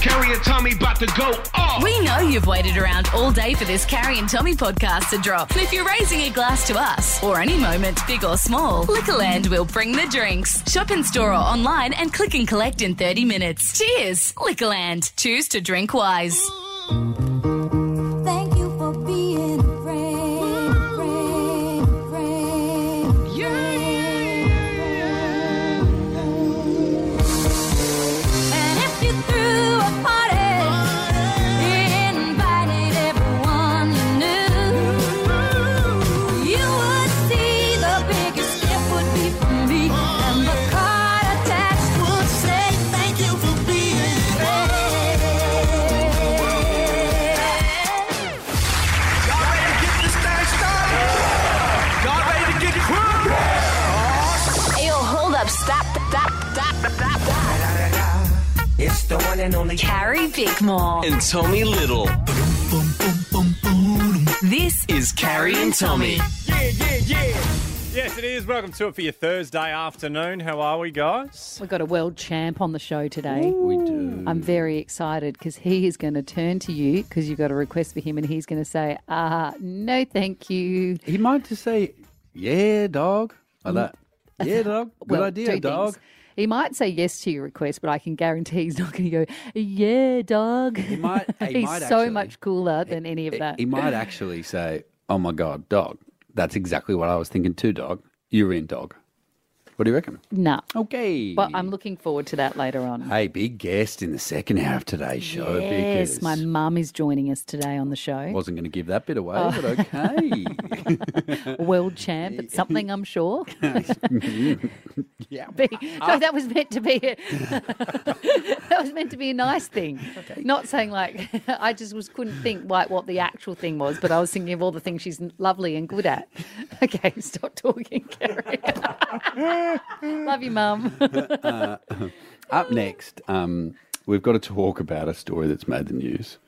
Carrie and Tommy about to go off. We know you've waited around all day for this Carrie and Tommy podcast to drop. And if you're raising a glass to us, or any moment, big or small, Liquorland will bring the drinks. Shop in store or online and click and collect in 30 minutes. Cheers, Liquorland. Choose to drink wise. Thank you for being a friend, friend, friend. And if you threw a party, invited everyone you knew, you would see the biggest gift would be from me, and the card attached would say, "Thank you for being friends." Y'all ready to get this thing started? Y'all ready to get crunk? Yo, hold up, stop, stop, stop, stop, stop. It's the one and only Carrie Bickmore. and Tommy Little. This Is Carrie and Tommy. Yeah, yeah, yeah. Yes, it is. Welcome to it for your Thursday afternoon. How are we, guys? We've got a world champ on the show today. We do. I'm very excited because he is going to turn to you because you've got a request for him and he's going to say, ah, no, thank you. He might just say, "Yeah, dog," like that. Yeah, dog. Good Mm. Well, two idea, things. dog. He might say yes to your request, but I can guarantee he's not going to go, yeah, dog. He might- he he's might so actually. much cooler than any of that. He might actually say, "Oh my god, dog." That's exactly what I was thinking too, dog. You're in, dog. What do you reckon? nah. Okay. But I'm looking forward to that later on. Hey, big guest in the second half of today's show yes, because my mum is joining us today on the show. wasn't going to give that bit away, Oh. but okay. world champ. It's something I'm sure. yeah. be. No, that was meant to be. A, that was meant to be a nice thing. Not saying like I just was couldn't think like what the actual thing was, but I was thinking of all the things she's lovely and good at. Okay, stop talking, Carrie. Love you, Mum. uh, Up next, um, we've got to talk about a story that's made the news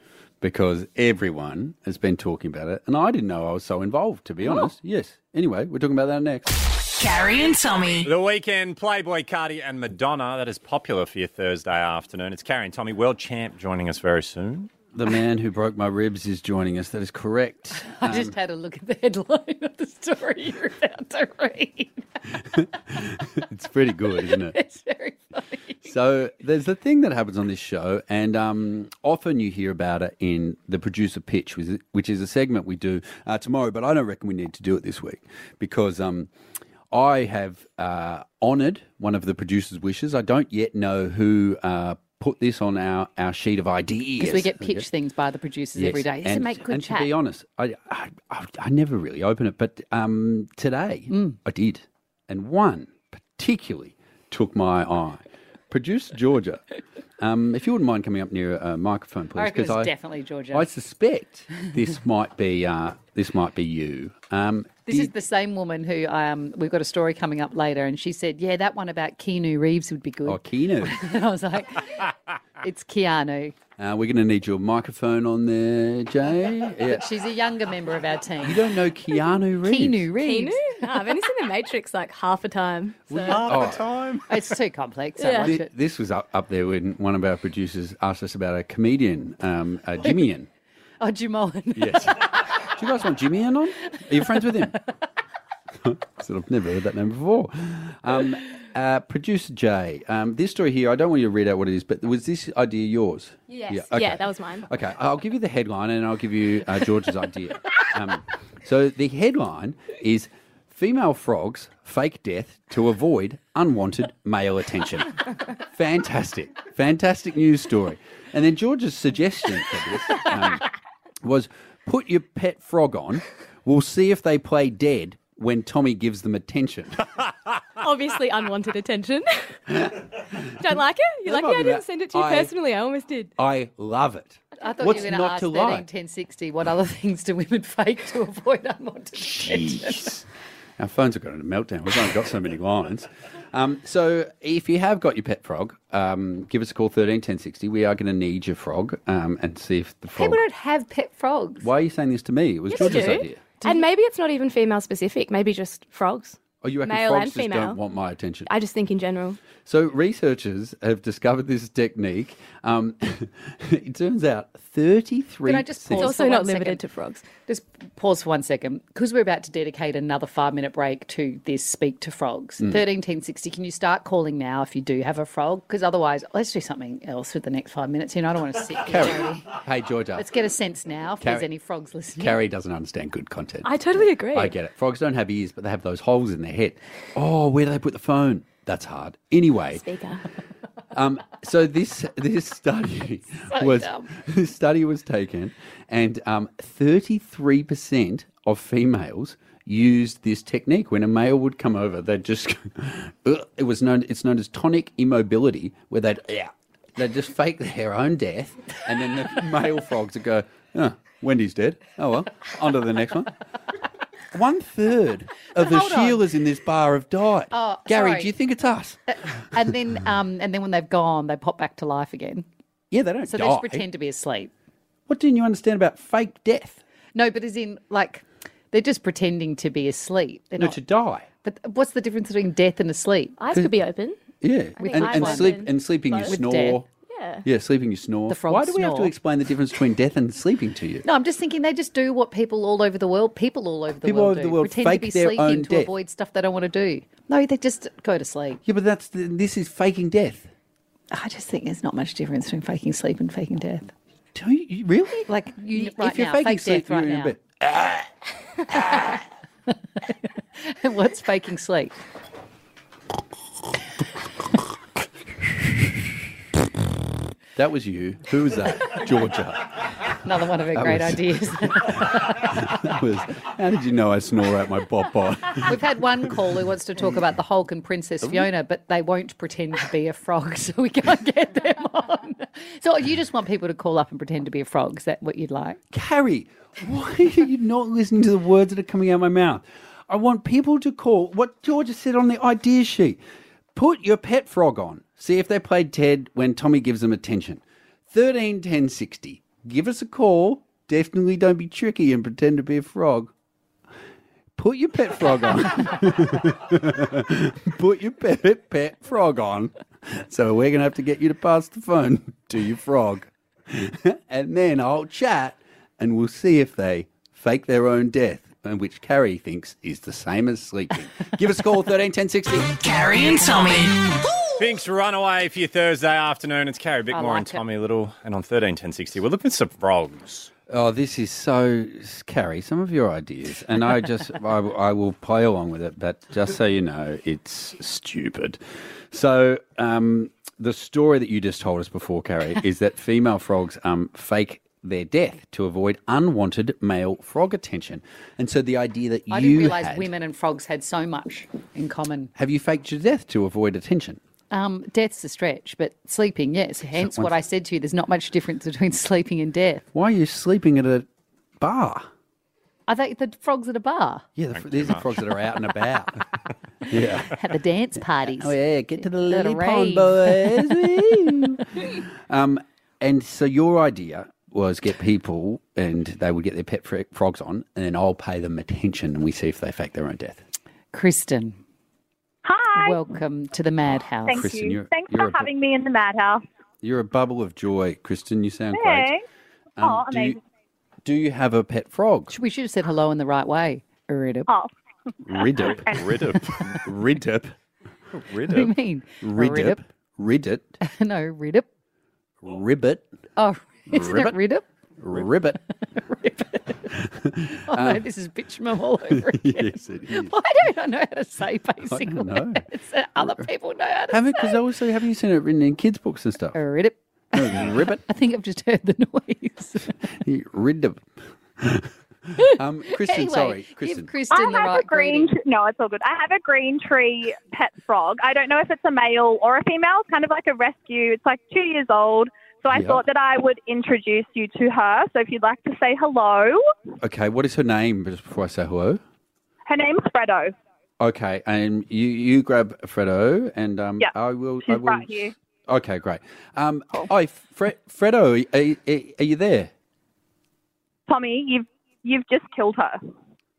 because everyone has been talking about it, and I didn't know I was so involved, to be Oh. honest. Yes. Anyway, we're talking about that next. Carrie and Tommy. The weekend, Playboy, Cardi, and Madonna. That is popular for your Thursday afternoon. It's Carrie and Tommy, world champ, joining us very soon. The man who broke my ribs is joining us. That is correct. I just had a look at the headline of the story you're about to read. Um, It's pretty good, isn't it? It's very funny. So there's the thing that happens on this show, and um, often you hear about it in the producer pitch, which is- which is a segment we do uh, tomorrow. But I don't reckon we need to do it this week because um, I have uh, honoured one of the producer's wishes. I don't yet know who. Uh, Put this on our, our sheet of ideas Because we get Okay. pitched things by the producers every Yes, day. This would and- make good and chat. to be honest, I, I I I never really open it, but um, today Mm. I did, and one particularly took my eye. Producer Georgia, um, if you wouldn't mind coming up near a microphone, I please, reckon it was I definitely Georgia. I suspect this might be uh, this might be you. Um, This is did- the same woman who um, we've got a story coming up later, and she said, "Yeah, that one about Keanu Reeves would be good." oh, Keno. And I was like, "It's Keanu. Uh, we're going to need your microphone on there, Jay. Yeah. She's a younger member of our You team." don't know Keanu Reeves. Keanu Reeves. Nah, I've only seen The Matrix like half a time. Half Oh. the time. It's too complex. I watch Thi- it. This was up, up there when one of our producers asked us about a comedian, um, uh, Jimmyan. Oh, Jumoan. Yes. Do you guys want Jimmyan on? Are you friends with him? so I've never heard that name before. Um, uh, Producer Jay, um, this story here, I don't want you to read out what it is, but was this idea yours? Yes. Yeah, Yeah, okay. that was mine. Okay, I'll give you the headline and I'll give you uh, George's idea. Um, so the headline is Female Frogs Fake Death to Avoid Unwanted Male Attention. Fantastic. Fantastic news story. And then George's suggestion for this um, was put your pet frog on. We'll see if they play dead when Tommy gives them attention. Obviously, unwanted attention. Don't like it? You're lucky That I might be didn't that. send it to you I- personally. I almost did. I love it. I thought What's you were going not to ask to 13, like? 1060, what other things do women fake to avoid unwanted attention? Jeez. Our phones have got a meltdown. We've only got so many lines. Um, so if you have got your pet frog, um, give us a call thirteen ten sixty. We are going to need your frog um, and see if the frog. People don't have pet frogs. Why are you saying this to me? It was Yes, you George's do. idea. And maybe it's not even female specific. Maybe just frogs. Oh, you reckon Male frogs and just female. don't want my attention? I just think in general. So researchers have discovered this technique. Um, it turns out 33. Can I just It's pause? also for not one limited second? to frogs. Just pause for one second, because we're about to dedicate another five minute break to this speak to frogs. Thirteen ten sixty. Can you start calling now if you do have a frog? Because otherwise, let's do something else for the next five minutes. You know, I don't want to sit. here. Carrie. Hey, Georgia. Let's get a sense now if there's Carrie. any frogs listening. Carrie doesn't understand good content. I totally agree. I get it. Frogs don't have ears, but they have those holes in their head. Oh, where do they put the phone? That's hard. Anyway, Speaker. um, so this this study was dumb. this study was taken, and thirty three percent of females used this technique. When a male would come over, they'd just Ugh. it was known it's known as tonic immobility, where they'd yeah they'd just fake their own death, and then the male frogs would go, oh, Wendy's dead. Oh well, on to the next one. One third of the hold on. Sheilas in this bar have died. Oh, Gary, sorry. Uh, do you think it's us? and then, um, and then when they've gone, they pop back to life again. Yeah, they don't So die. they just pretend to be asleep. What didn't you understand about fake death? No, but as in like they're just pretending to be asleep. They're No, not. to die. But what's the difference between death and asleep? Eyes could be open. Yeah, and, I and would. sleep and sleeping you With snore. Yeah. Yeah, sleeping you snore. The frogs Why do we have to snore. explain the difference between death and sleeping to you? No, I'm just thinking they just do what people all over the world, people all over the People all world, over do. the world pretend to fake be their sleeping own to death. avoid stuff they don't want to do. No, they just go to sleep. Yeah, but that's the, this is faking death. I just think there's not much difference between faking sleep and faking death. Do you, you really? Like you, if right you're now, faking fake sleep, Ah. death right you're in now. bed. What's faking sleep? That was you. Who was that? Georgia. Another one of her great was- ideas. That was. How did you know I snore out my bop bop? We've had one call who wants to talk about the Hulk and Princess Fiona, but they won't pretend to be a frog, so we can't get them on. So you just want people to call up and pretend to be a frog? Is that what you'd like? Carrie, why are you not listening to the words that are coming out of my mouth? I want people to call what Georgia said on the idea sheet. Put your pet frog on. See if they played Ted when Tommy gives them attention. 13 10 60. Give us a call. Definitely don't be tricky and pretend to be a frog. Put your pet frog on. Put your pet pet frog on. So we're gonna have to get you to pass the phone to your frog and then I'll chat and we'll see if they fake their own death, and which Carrie thinks is the same as sleeping. Give us a call, 13 10 60. Carrie and Tommy. Binks Runaway for your Thursday afternoon. It's Carrie Bickmore like and it. Tommy Little. And on 131060, we're looking at some frogs. Oh, this is so, Carrie, some of your ideas, and I just, I, I will play along with it, but just so you know, it's stupid. So, um, the story that you just told us before, Carrie, is that female frogs um, fake their death to avoid unwanted male frog attention. And so the idea that I you didn't realise had- women and frogs had so much in common. Have you faked your death to avoid attention? Um, death's a stretch, but sleeping, yes. Hence what I said to you. There's not much difference between sleeping and death. Why are you sleeping at a bar? Are they the frogs at a bar Yeah, the, fr- these are frogs that are out and about. yeah. at the dance parties? Oh yeah, get to the Little lily pond, rave. boys. Woo. um, and so your idea was get people, and they would get their pet fro- frogs on, and then I'll pay them attention, and we see if they fake their own death. Kristen, Hi. welcome to the madhouse. Thank uh, Kristen, you. you're- Thanks you're a for bu- having me in the madhouse. You're a bubble of joy, Kristen. You sound great. Thanks. Um, Oh, do you, amazing. do you have a pet frog? We should have said hello in the right way. Uridup. Oh, Riddip. Riddip. Riddip. What do you Riddip. mean? Riddip. Riddit. No, Riddip. Ribbit. Oh, isn't Ribbit? it Riddip? Ribbit. Oh, no, this is bitchmum all over again. Uh, yes, it is. Why don't I know how to say basic don't know. words that other people know how to Haven't because also haven't you seen it written in kids' books and stuff? say? Riddip. No, ribbit, I think I've just heard the noise. rid of. um, Kristen, anyway, sorry, give Kristen. Kristen I the have right a green. greeting. T- no, it's all good. I have a green tree pet frog. I don't know if it's a male or a female. It's kind of like a rescue. It's like two years old. So I Yeah. thought that I would introduce you to her. So if you'd like to say hello, okay, what is her name? Just before I say hello. her name's Fredo. Okay, and you you grab Fredo, and um, Yeah, I will. I she's will. right here. Okay, great. Um, hi, Fre- Fredo, are, you- are you there? Tommy, you've you've just killed her.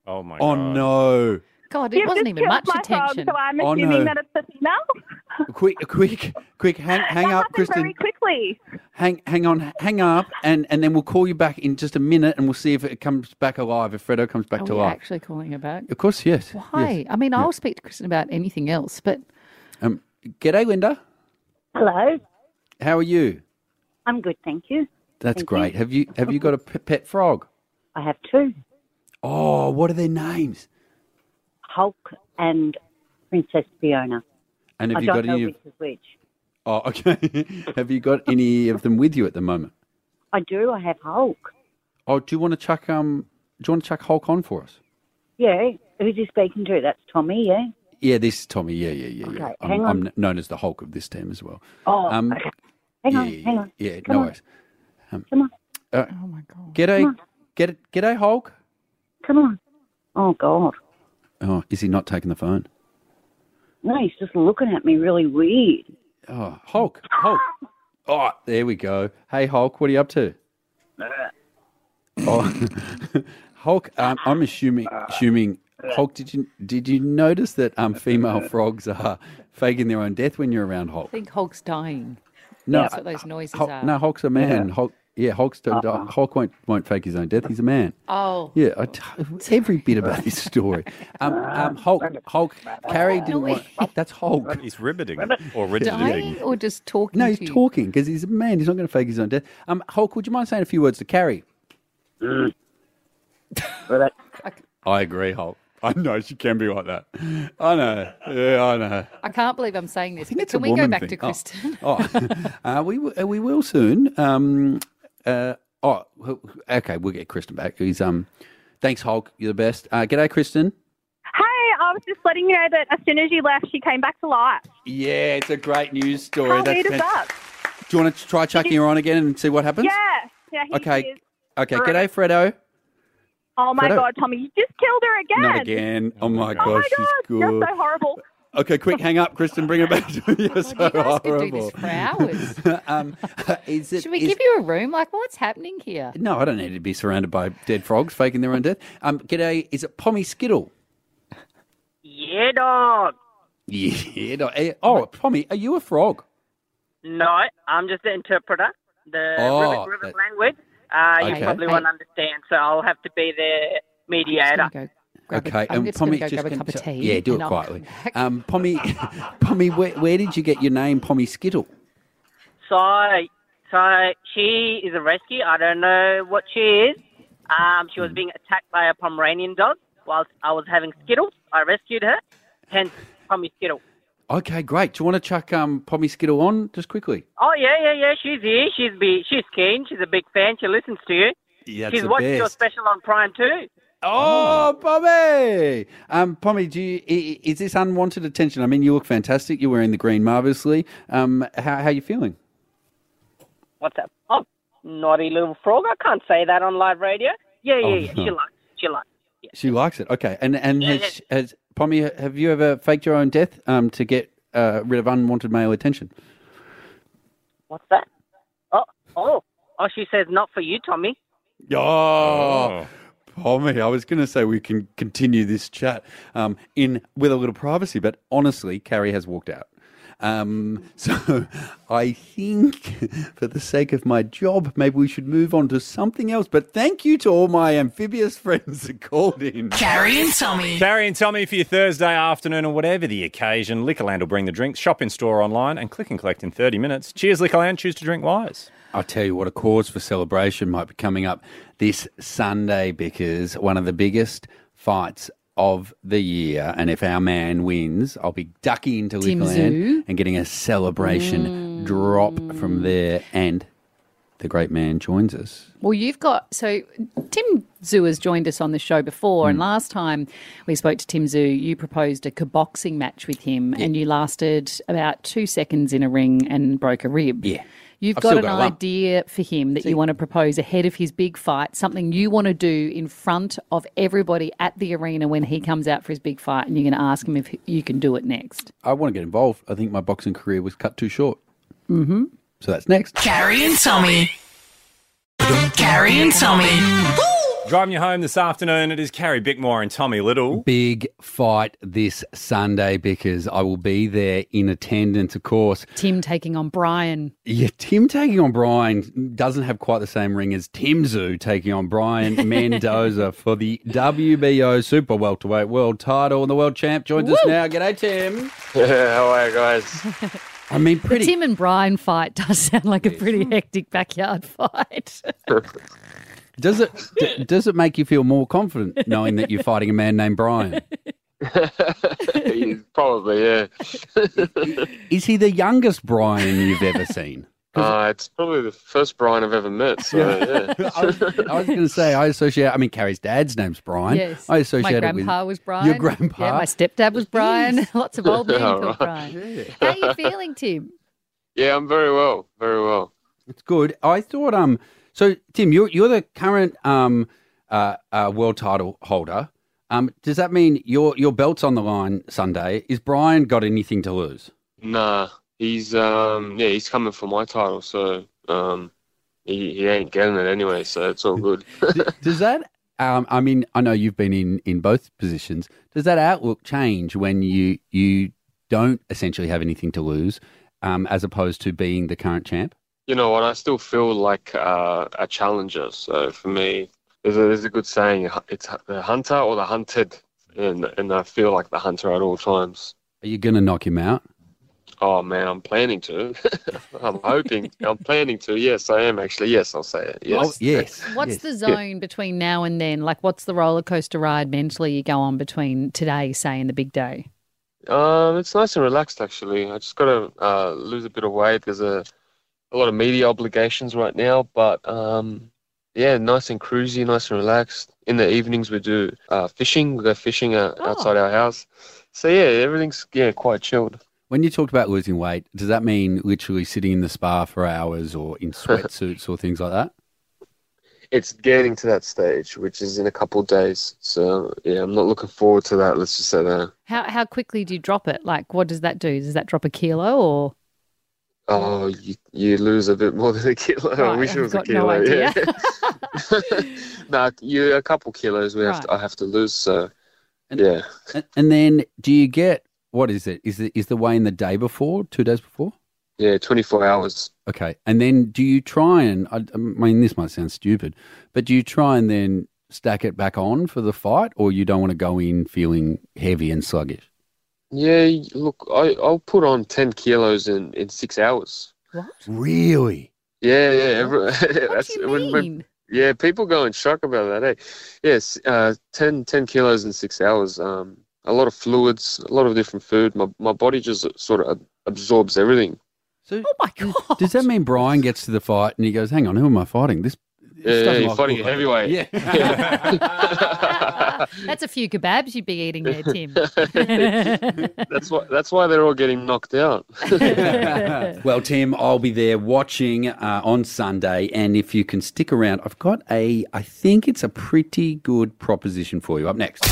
Oh, my Oh God. no, God, it You've wasn't just even killed much my frog, attention. so I'm Oh, assuming no. that it's the female. Quick, quick, quick! Hang, hang up, Happened Kristen. very quickly. Hang, hang on, hang up, and and then we'll call you back in just a minute, and we'll see if it comes back alive. If Fredo comes back Are to we life, actually calling her back? of course, yes. yes. Why? I mean, I'll speak to Kristen about anything else, but Um, g'day, Linda. Hello. How are you? I'm good, thank you. Thank That's you. great. Have you have you got a p- pet frog? I have two, Oh, what are their names? Hulk and Princess Fiona. And have I you don't got know any? Of, which is which. oh, okay. have you got any of them with you at the moment? I do. I have Hulk. Oh, do you want to chuck um? Do you want to chuck Hulk on for us? Yeah. Who's he speaking to? That's Tommy. Yeah. Yeah, this is Tommy. Yeah, yeah, yeah, yeah. Okay, I'm, hang on. I'm known as the Hulk of this team as well. Oh. Um, okay. Hang on. yeah, hang on. Yeah, Come no on. worries. Um, Come on. oh my god. Come G'day, on. get g'day, Hulk. Come on. Oh God. Oh, is he not taking the phone? No, he's just looking at me really weird. Oh, Hulk, Hulk. Oh, there we go. Hey, Hulk, what are you up to? Oh, Hulk. Um, I'm assuming, assuming Hulk. Did you did you notice that um, female frogs are faking their own death when you're around I Hulk? think Hulk's dying. No, That's what those noises Hulk are. no, Hulk's a man. Hulk, yeah, Hulk's Uh-huh. Hulk won't won't fake his own death. He's a man. Oh. Yeah, I t- every bit about this story. Um, um, Hulk, Hulk, Carrie didn't want. That's Hulk. He's riveting or Dying ridiculing. or just talking? No, to he's you? talking because he's a man. He's not going to fake his own death. Um, Hulk, would you mind saying a few words to Carrie? I agree, Hulk. I know she can be like that. I know. Yeah, I know. I can't believe I'm saying this. but it's a Can we go woman back thing. to Oh. Kristen? Oh, uh, we w- uh, we will soon. Um, uh, oh, wh- okay. We'll get Kristen back. He's um, thanks, Hulk. You're the best. Uh, g'day, Kristen. Hey, I was just letting you know that as soon as you left, she came back to life. Yeah, it's a great news story. How weird is fan- that? Do you want to try chucking her on again and see what happens? Yeah, yeah. He Okay. is. Okay. G'day, Fredo. Oh my Fredo. god, Tommy, you just killed her again. Not again. Oh my gosh, Oh my she's god, good. you're so horrible. Okay, quick, hang up, Kristen. Bring her back to me. You're so guys could do horrible. this for hours. um, is it, Should we is- give you a room? Like, what's happening here? No, I don't need to be surrounded by dead frogs faking their own death. Um, g'day. Is it Pommy Skittle? Yeah, dog. Yeah. no, eh, Oh, Pommy, are you a frog? No, I'm just the interpreter. The Oh, river, river that- language. Uh, Okay. You probably won't understand, so I'll have to be the mediator. Okay, um, I'm just gonna go grab a can cup of t- tea Yeah, do and it I'll quietly. Um, Pommy, Pommy, where, where did you get your name, Pommy Skittle? So, so she is a rescue. I don't know what she is. Um, she was Hmm. being attacked by a Pomeranian dog whilst I was having Skittles. I rescued her, hence Tommy Skittle. Okay, great. Do you want to chuck um, Pommy Skittle on just quickly? Oh yeah, yeah, yeah. She's here. She's be. She's keen. She's a big fan. She listens to you. Yeah, that's she's the watched your best. special on Prime too. Oh, Pommy! Um, Pommy, do you, i- i- is this unwanted attention? I mean, you look fantastic. You're wearing the green marvellously. Um, how, how are you feeling? What's up? Oh, naughty little frog. I can't say that on live radio. Yeah, yeah, Oh, yeah. She no. likes. it. She likes. it. She likes it. Okay, and and has, has Pommy, have you ever faked your own death um, to get uh, rid of unwanted male attention? What's that? Oh, oh, oh. She says not for you, Tommy. Oh, Pommy, I was going to say we can continue this chat um, in with a little privacy, but honestly, Carrie has walked out. Um, so I think for the sake of my job, maybe we should move on to something else. But thank you to all my amphibious friends that called in. Carrie and Tommy. Carrie and Tommy for your Thursday afternoon or whatever the occasion. Liquorland will bring the drinks, shop in store online, and click and collect in 30 minutes. Cheers, Liquorland. Choose to drink wise. I'll tell you what, a cause for celebration might be coming up this Sunday because one of the biggest fights of the year, and if our man wins, I'll be ducking into Tim Liquorland Zoo? Mm. and getting a celebration drop from there. And the great man joins us. Well, you've got so Tim Zoo has joined us on the show before, and last time we spoke to Tim Zoo, you proposed a kickboxing match with him, and you lasted about two seconds in a ring and broke a rib. Yeah, you've I've got still an got a lump. idea for him that you want to propose ahead of his big fight, something you want to do in front of everybody at the arena when he comes out for his big fight, and you're going to ask him if you can do it next. I want to get involved. I think my boxing career was cut too short. Mm-hmm. So that's next. Carrie and Tommy. Carrie and Tommy. Driving you home this afternoon, it is Carrie Bickmore and Tommy Little. Big fight this Sunday because I will be there in attendance, of course. Tim taking on Brian. Yeah, Tim taking on Brian doesn't have quite the same ring as Tim Zoo taking on Brian Mendoza for the WBO Super Welterweight World title. And the world champ joins us Woo! Oh, now. G'day, Tim. Yeah, how are you guys? I mean, The Tim and Brian fight does sound like a pretty hectic backyard fight. Does it d- does it make you feel more confident knowing that you're fighting a man named Brian? Probably, yeah. Is he the youngest Brian you've ever seen? Uh, it's probably the first Brian I've ever met. So Yeah. yeah, I was, I was going to say I associate. I mean, Carrie's dad's name's Brian. yes. I associate my it grandpa with was Brian. Your grandpa. Yeah, my stepdad was Brian. Lots of old men Yeah, called right. Brian. How are you feeling, Tim? yeah, I'm very well, very well. It's good. I thought. Um. So Tim, you're you're the current um uh, uh world title holder. Um. Does that mean your your belt's on the line Sunday? Is Brian got anything to lose? Nah, he's um, yeah, he's coming for my title, so um, he he ain't getting it anyway, so it's all good. Does that? Um. I mean, I know you've been in in both positions. Does that outlook change when you you don't essentially have anything to lose, um, as opposed to being the current champ? You know what? I still feel like uh, a challenger. So for me, there's a, there's a good saying: it's the hunter or the hunted, and and I feel like the hunter at all times. Are you going to knock him out? Oh man, I'm planning to. I'm hoping. I'm planning to. Yes, I am actually. Yes, I'll say it. Yes. Oh, yes. What's the zone between now and then? Like, what's the roller coaster ride mentally you go on between today, say, and the big day? Um, it's nice and relaxed actually. I just got to uh, lose a bit of weight. There's a a lot of media obligations right now, but um, yeah, nice and cruisy, nice and relaxed. In the evenings we do uh, fishing. We go fishing uh, Oh. outside our house. So yeah, everything's yeah quite chilled. When you talked about losing weight, does that mean literally sitting in the spa for hours or in sweatsuits or things like that? It's getting to that stage, which is in a couple of days. So yeah, I'm not looking forward to that. Let's just say that. How how quickly do you drop it? Like, what does that do? Does that drop a kilo or? Oh, you, you lose a bit more than a kilo. I Right, wish it I've was a got no kilo. Yeah. idea. no, you a couple kilos we have to, Right. I have to lose. So yeah, And, and then do you get what is it? Is it is the weigh in the day before, two days before? yeah, 24 hours. Okay, and then do you try and I, I mean this might sound stupid, but do you try and then stack it back on for the fight, or you don't want to go in feeling heavy and sluggish? Yeah, y- look, I I'll put on 10 kilos in in six hours. Really? Yeah, yeah. Every, that's when, when- yeah, people go in shock about that. Eh? Yes, uh, 10, 10 kilos in six hours. Um, a lot of fluids, a lot of different food. My my body just sort of ab- absorbs everything. So, oh my god! Does that mean Brian gets to the fight and he goes, "Hang on, who am I fighting? This Yeah, yeah, doesn't you're look fighting a heavyweight. good." That's a few kebabs you'd be eating there, Tim. that's why. That's why they're all getting knocked out. well, Tim, I'll be there watching uh, on Sunday, and if you can stick around, I've got a, I think it's a pretty good proposition for you. Up next,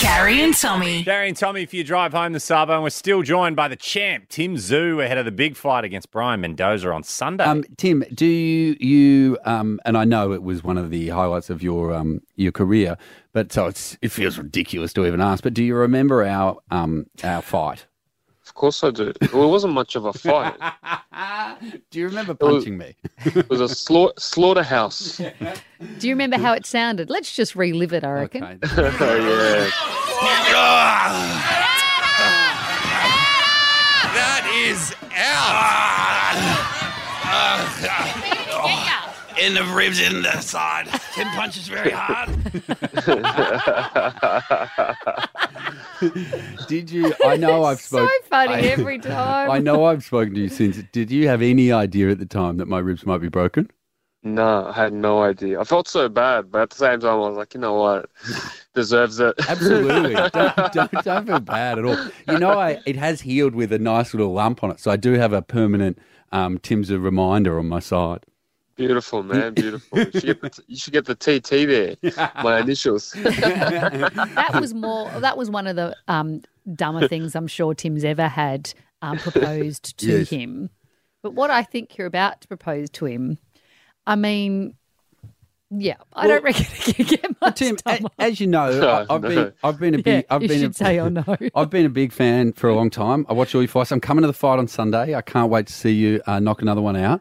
Carrie and Tommy. Carrie and Tommy for your drive home this Sabo, and we're still joined by the champ, Tim Zoo, ahead of the big fight against Brian Mendoza on Sunday. um, Tim, do you, you um, and I know it was one of the highlights of your um, your career, but so it's it feels ridiculous to even ask. But do you remember our um, our fight? Of course I do. Well, it wasn't much of a fight. do you remember punching me? it was a slaughter, slaughterhouse. Do you remember how it sounded? Let's just relive it, I reckon. Oh, yeah. That is out. in the ribs, in the side. Tim punches very hard. Did you? I know I've So spoken. funny I- every time. I know I've spoken to you since. Did you have any idea at the time that my ribs might be broken? No, I had no idea. I felt so bad, but at the same time, I was like, you know what, deserves it. Absolutely. don't, don't, don't feel bad at all. You know, I, it has healed with a nice little lump on it. So I do have a permanent um, Timsa reminder on my side. Beautiful man, beautiful. You should get the, you should get the TT there, my initials. that was more. That was one of the um, dumber things I'm sure Tim's ever had um, proposed to Yes. him. But what I think you're about to propose to him, I mean, Yeah, I don't reckon it can get much Tim, as you know, I, I've been I've been a big Oh, Yeah, I've you been a, should say oh, I know. I've been a big fan for a long time. I watch all your fights. I'm coming to the fight on Sunday. I can't wait to see you uh, knock another one out.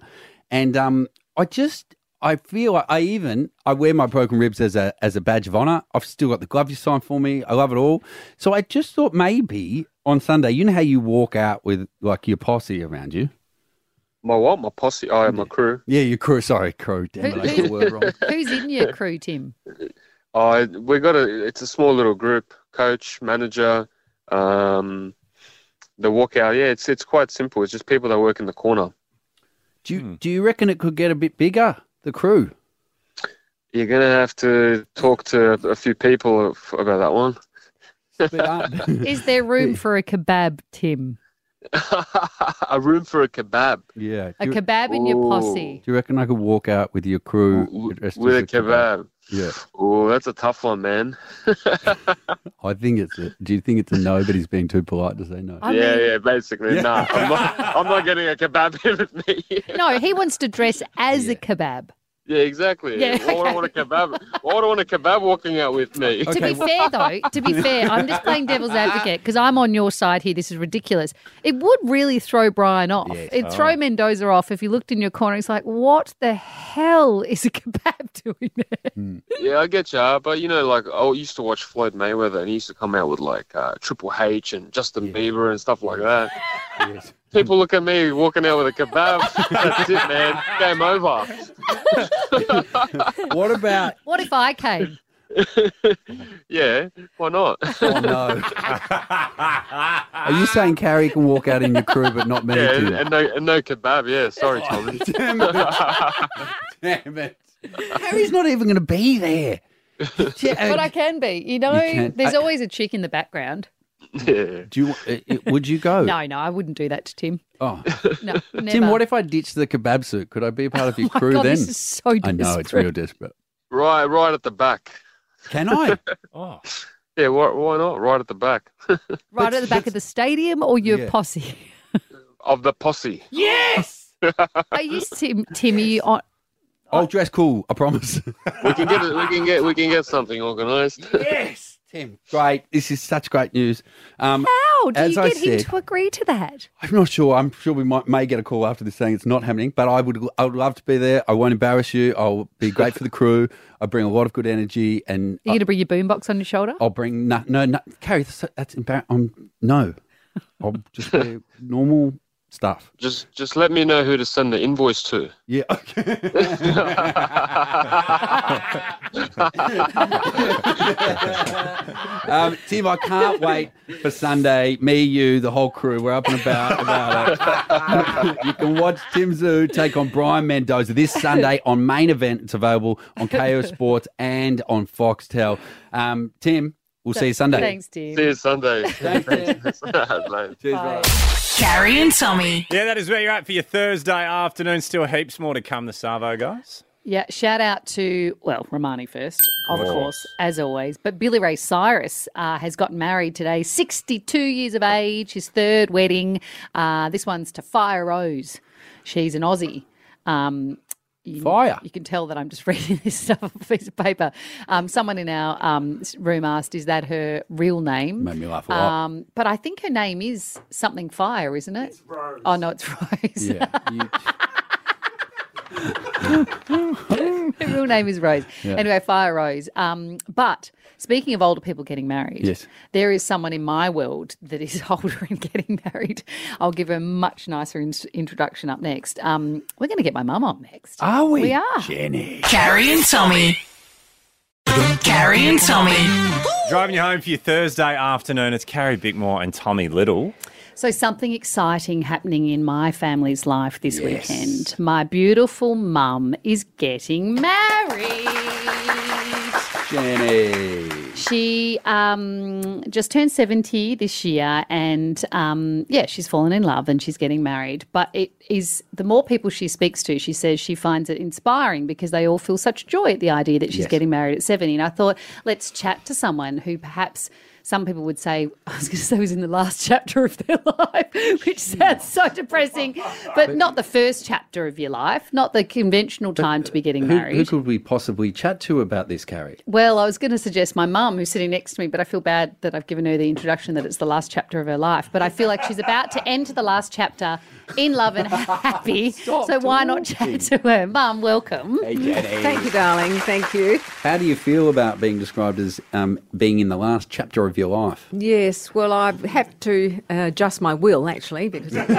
And um, I just I feel like I even I wear my broken ribs as a as a badge of honor. I've still got the glove you signed for me. I love it all. So I just thought maybe on Sunday, you know how you walk out with like your posse around you. My what? My posse? Oh, my crew. Yeah, your crew. Sorry, crew. Damn it, I got the word wrong. Who's in your crew, Tim? I Oh, we got a. It's a small little group. Coach, manager, um, the walkout. Yeah, it's it's quite simple. It's just people that work in the corner. Do Hmm. you, do you reckon it could get a bit bigger? The crew. You're gonna have to talk to a few people f- about that one. Is there room for a kebab, Tim? a room for a kebab. Yeah. A kebab in your Do posse. you reckon I could walk out with your crew dressed With as a kebab. Yeah. Oh, that's a tough one, man. I think it's a. Do you think it's a no? But he's being too polite to say no. yeah, yeah, basically. Nah, I'm not, I'm not getting a kebab in with me. No, he wants to dress as a kebab. Yeah, exactly. Yeah, Why would okay. I want a kebab? Why would I want a kebab walking out with me? To be fair, though, to be fair, I'm just playing devil's advocate because I'm on your side here. This is ridiculous. It would really throw Brian off. Yes. It'd Oh. throw Mendoza off if he looked in your corner. He's like, what the hell is a kebab doing there? Hmm. Yeah, I get ya, but you know, like I used to watch Floyd Mayweather, and he used to come out with like uh, Triple H and Justin Bieber and stuff like that. People look at me walking out with a kebab. That's it, man. Game over. what about? What if I came? Yeah, why not? Oh no. Are you saying Carrie can walk out in your crew, but not me? Yeah, and, Tim? and no, and no kebab. Yeah, sorry, Tommy. Damn Damn it. Harry's not even going to be there. but I can be. You know, uh, can- there's I- always a chick in the background. Yeah. Do you? It, it- would you go? No, no, I wouldn't do that to Tim. Oh. No, never. Oh Tim, what if I ditched the kebab suit? Could I be a part of your my crew God, then? this is so I know it's desperate. real desperate. Right, right at the back. Can I? oh. Yeah, why, why not? Right at the back right at the back of the stadium or your Yeah. posse? of the posse. Yes. Are you Tim? Tim, are you on? I'll dress cool. I promise. We can get it. We can get. We can get something organised. Yes, Tim. Great. This is such great news. Um, How do as you I get him said- to agree to that? I'm not sure. I'm sure we might may get a call after this saying it's not happening, but I would I would love to be there. I won't embarrass you. I'll be great for the crew. I bring a lot of good energy, and You're going to bring your boombox on your shoulder? I'll bring no no no. Carrie, that's, that's embarrassing. I'm no. I'll just wear normal stuff. Just, just let me know who to send the invoice to. Yeah. Okay. um, Tim, I can't wait for Sunday. Me, you, the whole crew. We're up and about about it. you can watch Tim Zoo take on Brian Mendoza this Sunday on main event. It's available on KO Sports and on Foxtel. Um, Tim, we'll see you Sunday. Thanks, Tim. See you Sunday. Thanks. Carrie and Tommy. Yeah, that is where you're at for your Thursday afternoon. Still heaps more to come the Savo guys. Yeah, shout out to, well, Romani first, of Of course, course. as always. But Billy Ray Cyrus uh, has gotten married today, 62 years of age, his third wedding. Uh, this one's to Fire Rose. She's an Aussie. Um, you, Fire. You can tell that I'm just reading this stuff off a piece of paper. Um, someone in our um, s- room asked, is that her real name? Made me laugh a lot. Um, but I think her name is something Fire, isn't it? Oh, no, it's Rose. Yeah. you- Her real name is Rose. Yeah. Anyway, Fire Rose. Um, but speaking of older people getting married, Yes. there is someone in my world that is older and getting married. I'll give a much nicer in- introduction up next. Um, we're going to get my mum on next. Are we? We are. Jenny. Carrie and Tommy. Carrie and Tommy. Driving you home for your Thursday afternoon. It's Carrie Bickmore and Tommy Little. So, something exciting happening in my family's life this Yes. weekend. My beautiful mum is getting married. Jenny. She um, just turned 70 this year, and um, yeah, she's fallen in love and she's getting married. But it is the more people she speaks to, she says she finds it inspiring because they all feel such joy at the idea that she's Yes. getting married at 70. And I thought, let's chat to someone who perhaps some people would say, I was going to say, was in the last chapter of their life, which sounds so depressing, but not the first chapter of your life, not the conventional time to be getting Who, married. who could we possibly chat to about this, Carrie? Well, I was going to suggest my mum, who's sitting next to me, but I feel bad that I've given her the introduction that it's the last chapter of her life. But I feel like she's about to enter the last chapter in love and happy. so why not chat to her? Mum, welcome. Hey, Daddy. Thank you, darling. Thank you. How do you feel about being described as um, being in the last chapter of your life? Yes, well, I have to uh, adjust my will actually because, and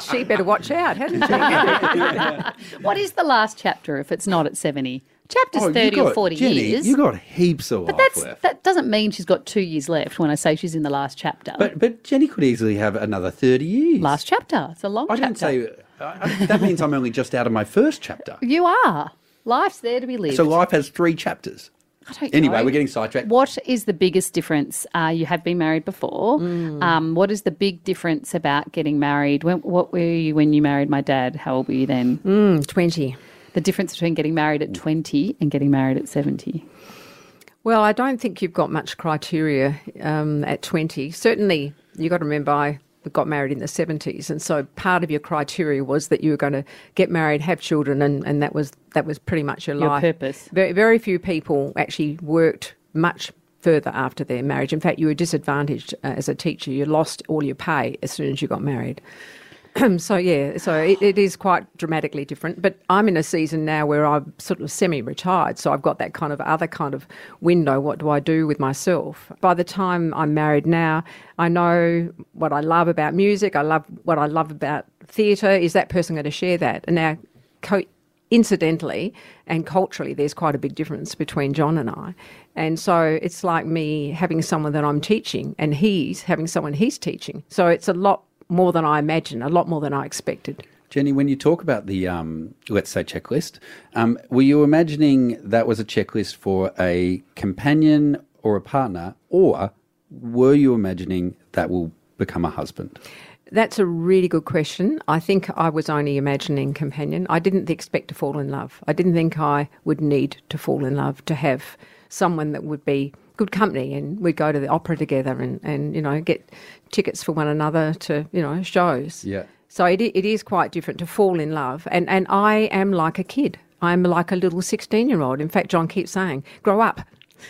she better watch out, hasn't she? What is the last chapter if it's not at 70? Chapter's Oh, you 30 or got- 40 Jenny, years. You got heaps of but life that's, left. that doesn't mean she's got two years left when I say she's in the last chapter. But but Jenny could easily have another thirty years. Oh. last chapter. It's a long I chapter. didn't say I, I- that means I'm only just out of my first chapter. You are. Life's there to be lived. So life has three chapters. I don't Anyway, know. we're getting sidetracked. What is the biggest difference? Uh, you have been married before. Um, what is the big difference about getting married? When, what were you when you married my dad? How old were you then? Mm, 20. The difference between getting married at 20 and getting married at 70. Well, I don't think you've got much criteria um, at 20. Certainly, you've got to remember I got married in the 70s, and so part of your criteria was that you were going to get married, have children, and, and that was that was pretty much your, Your life. purpose. Very, very few people actually worked much further after their marriage. In fact, you were disadvantaged uh, as a teacher. You lost all your pay as soon as you got married. so yeah, so it, it is quite dramatically different. But I'm in a season now where I'm sort of semi-retired, so I've got that kind of other kind of window. What do I do with myself? By the time I'm married now, I know what I love about music. I love what I love about theatre. Is that person going to share that? And now, co- incidentally and culturally, there's quite a big difference between John and I. And so it's like me having someone that I'm teaching, and he's having someone he's teaching. So it's a lot more than I imagined, a lot more than I expected. Jenny, when you talk about the um, let's say checklist, um, were you imagining that was a checklist for a companion or a partner, or were you imagining that will become a husband? That's a really good question. I think I was only imagining companion. I didn't expect to fall in love. I didn't think I would need to fall in love to have someone that would be good company and we'd go to the opera together and, and you know get tickets for one another to you know shows. Yeah. So it, i- it is quite different to fall in love. And, and I am like a kid. I'm like a little 16 year old. In fact, John keeps saying, grow up.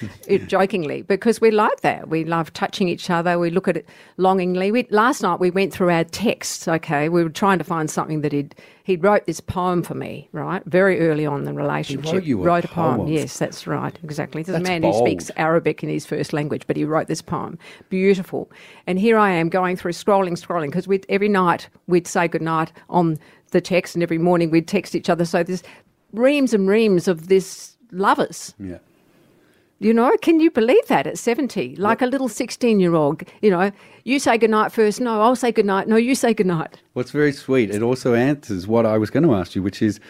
it, jokingly, because we like that. We love touching each other. We look at it longingly. We, last night we went through our texts. Okay, we were trying to find something that he'd he wrote this poem for me. Right, very early on in the relationship. you a a poem. poem. Yes, that's right. Exactly. There's a That's man who bold. speaks Arabic in his first language, but he wrote this poem. Beautiful. And here I am going through scrolling, scrolling, because we'd every night we'd say goodnight on the text, and every morning we'd text each other. So there's reams and reams of this lovers. Yeah. You know, can you believe that at 70? Like a little 16 year old, you know, you say goodnight first. No, I'll say goodnight. No, you say goodnight. Well, it's very sweet. It also answers what I was going to ask you, which is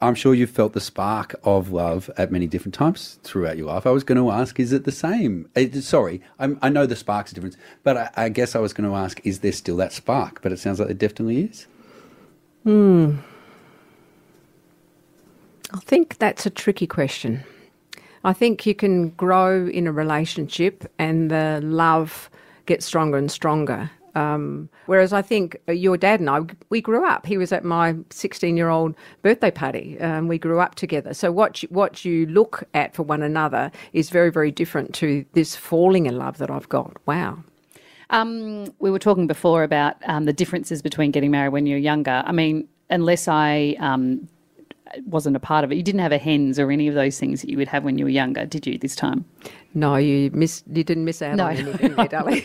I'm sure you've felt the spark of love at many different times throughout your life. I was going to ask, is it the same? It, sorry, I'm, I know the spark's difference, but I, I guess I was going to ask, is there still that spark? But it sounds like there definitely is. Hmm. I think that's a tricky question. I think you can grow in a relationship and the love gets stronger and stronger. Um, whereas I think uh, your dad and I, we grew up. He was at my 16 year old birthday party. Um, we grew up together. So what you, what you look at for one another is very, very different to this falling in love that I've got. Wow. Um, we were talking before about um, the differences between getting married when you're younger. I mean, unless I um, wasn't a part of it, you didn't have a hens or any of those things that you would have when you were younger, did you? This time? No, you missed. You didn't miss out No. on anything there, darling.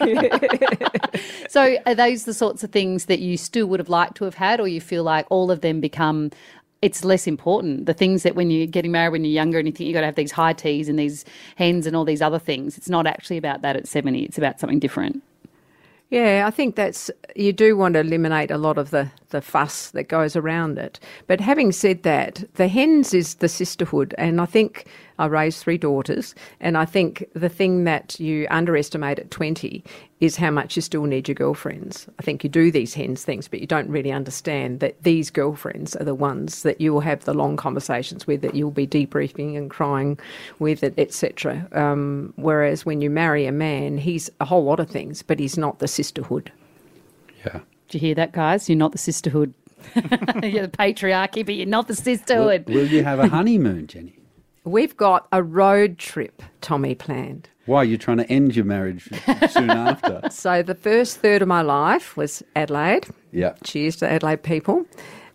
So, are those the sorts of things that you still would have liked to have had, or you feel like all of them become? It's less important. The things that when you're getting married when you're younger and you think you've got to have these high teas and these hens and all these other things, it's not actually about that at 70. It's about something different. Yeah, I think that's you do want to eliminate a lot of the the fuss that goes around it. But having said that, the hens is the sisterhood, and I think I raised three daughters, and I think the thing that you underestimate at 20 is how much you still need your girlfriends. I think you do these hens things, but you don't really understand that these girlfriends are the ones that you will have the long conversations with, that you'll be debriefing and crying with, it, etc. Um, whereas when you marry a man, he's a whole lot of things, but he's not the sisterhood. Do you hear that, guys? You're not the sisterhood. you're the patriarchy, but you're not the Will, sisterhood. will you have a honeymoon, Jenny? We've got a road trip, Tommy planned. Why are you trying to end your marriage soon after? So the first third of my life was Adelaide. Yeah. Cheers to Adelaide people.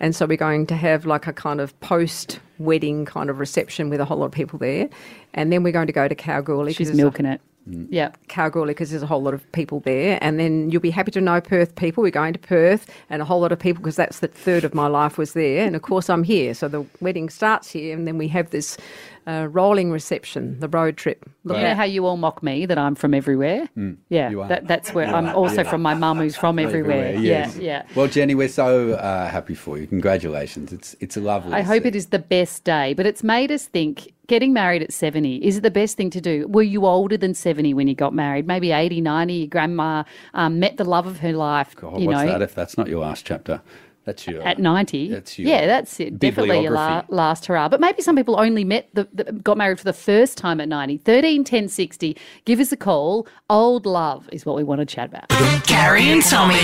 And so we're going to have like a kind of post wedding kind of reception with a whole lot of people there. And then we're going to go to Kalgoorlie. 'cause She's there's a- milking it. Mm. Yeah. Kalgoorlie because there's a whole lot of people there. And then you'll be happy to know Perth people. We're going to Perth and a whole lot of people because that's the third of my life was there. And of course, I'm here. So the wedding starts here and then we have this uh, rolling reception, the road trip. You know how you all mock me that I'm from everywhere? Yeah, Mm. You are. that, that's where You I'm are, also yeah. from my mum who's from everywhere. yes. Yeah, yeah. Well, Jenny, we're so uh, happy for you. Congratulations. It's it's lovely. I to hope see. it is the best day, but it's made us think getting married at 70 is it the best thing to do? Were you older than 70 when you got married? Maybe 80, 90, your grandma um, met the love of her life, God, you what's know. that if that's not your last chapter? That's your At 90. That's your yeah, that's it. Definitely your la- bibliography. last hurrah. But maybe some people only met the, the got married for the first time at 90. 13 10 60. Give us a call. Old love is what we want to chat about. Carrie and Tommy.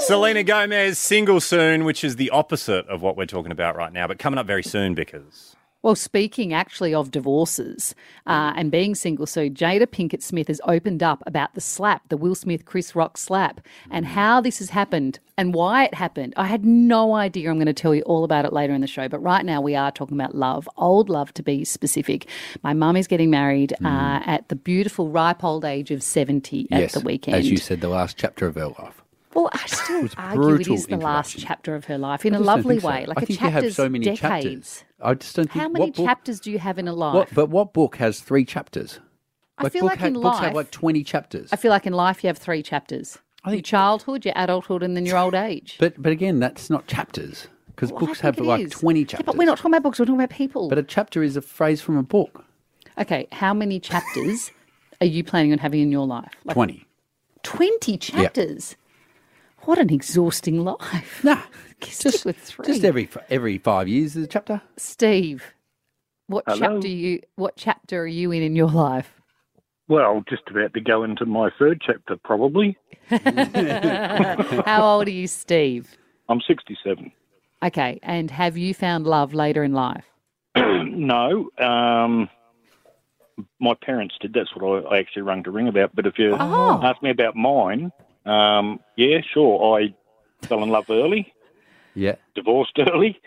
Selena Gomez, single soon, which is the opposite of what we're talking about right now, but coming up very soon because. Well, speaking actually of divorces uh, Mm. and being single, so Jada Pinkett Smith has opened up about the slap, the Will Smith Chris Rock slap, Mm. and how this has happened and why it happened. I had no idea. I'm going to tell you all about it later in the show, but right now we are talking about love, old love to be specific. My mum is getting married uh, at the beautiful ripe old age of 70 Mm. yes, at the weekend. As you said, the last chapter of her life. Well, I still was argue it brutal is the last introduction. chapter of her life in I a just don't lovely think so. way. Like I a think you chapter's have so many decades. chapters. I just don't think How many what book, chapters do you have in a life? What, but what book has three chapters? I feel like ha- in books have life- like twenty chapters. I feel like in life you have three chapters. your childhood, your adulthood, and then your old age. But but again, that's not chapters because Well, I books think have it like is. twenty Yeah, chapters. but we're not talking about books, we're talking about people. But a chapter is a phrase from a book. okay, how many chapters are you planning on having in your life? Like Twenty. 20 chapters? What an exhausting life. Nah. Just with three. Just every f- every five years is a chapter. Steve, what Hello? chapter you what chapter are you in in your life? Well, just about to go into my third chapter, probably. how old are you, Steve? I'm 67. Okay, and have you found love later in life? no, um, my parents did. That's what I, I actually rung to ring about. But if you Oh. ask me about mine, um, yeah, sure. I fell in love early, Yeah. divorced early,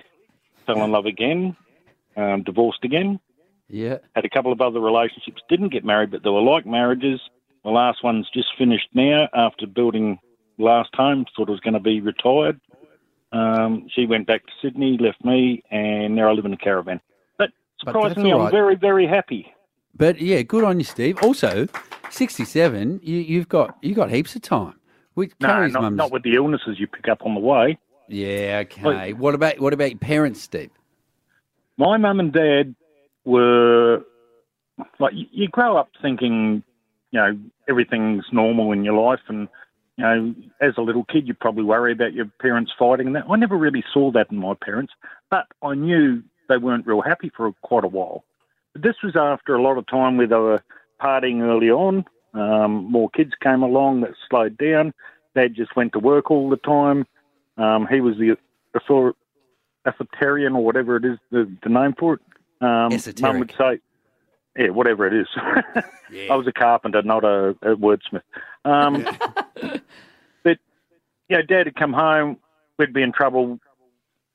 fell in love again, um, divorced again. Yeah. Had a couple of other relationships. Didn't get married, but they were like marriages. The last one's just finished now after building last home. Thought I was going to be retired. Um, she went back to Sydney, left me, and now I live in a caravan. But But surprisingly, that's all I'm right. very, very happy. But yeah, good on you, Steve. Also, sixty-seven. You, you've got you got heaps of time. Which No, Carrie's not, mum's- not with the illnesses you pick up on the way. Yeah, okay. what about what about your parents, Steve? My mum and dad were like you- you grow up thinking, you know, everything's normal in your life, and you know, as a little kid, you probably worry about your parents fighting and that. I never really saw that in my parents, but I knew they weren't real happy for quite a while. But this was after a lot of time where they were partying early on. Um, more kids came along that slowed down. Dad just went to work all the time. Um, he was the author- authoritarian or whatever it is the, the name for it. Um, Mum would say, yeah, whatever it is. I was a carpenter, not a, a wordsmith. Um, but you know, Dad would come home, we'd be in trouble,